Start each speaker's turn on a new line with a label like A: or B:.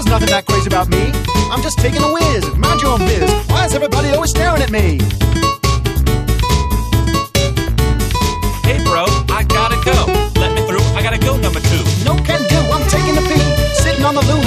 A: stories about me. I'm just taking a whiz. Mind your own biz. Why is everybody always staring at me?
B: Hey, bro, I gotta go. Let me through. I gotta go, number two.
A: No can do. I'm taking a pee. Sitting on the loo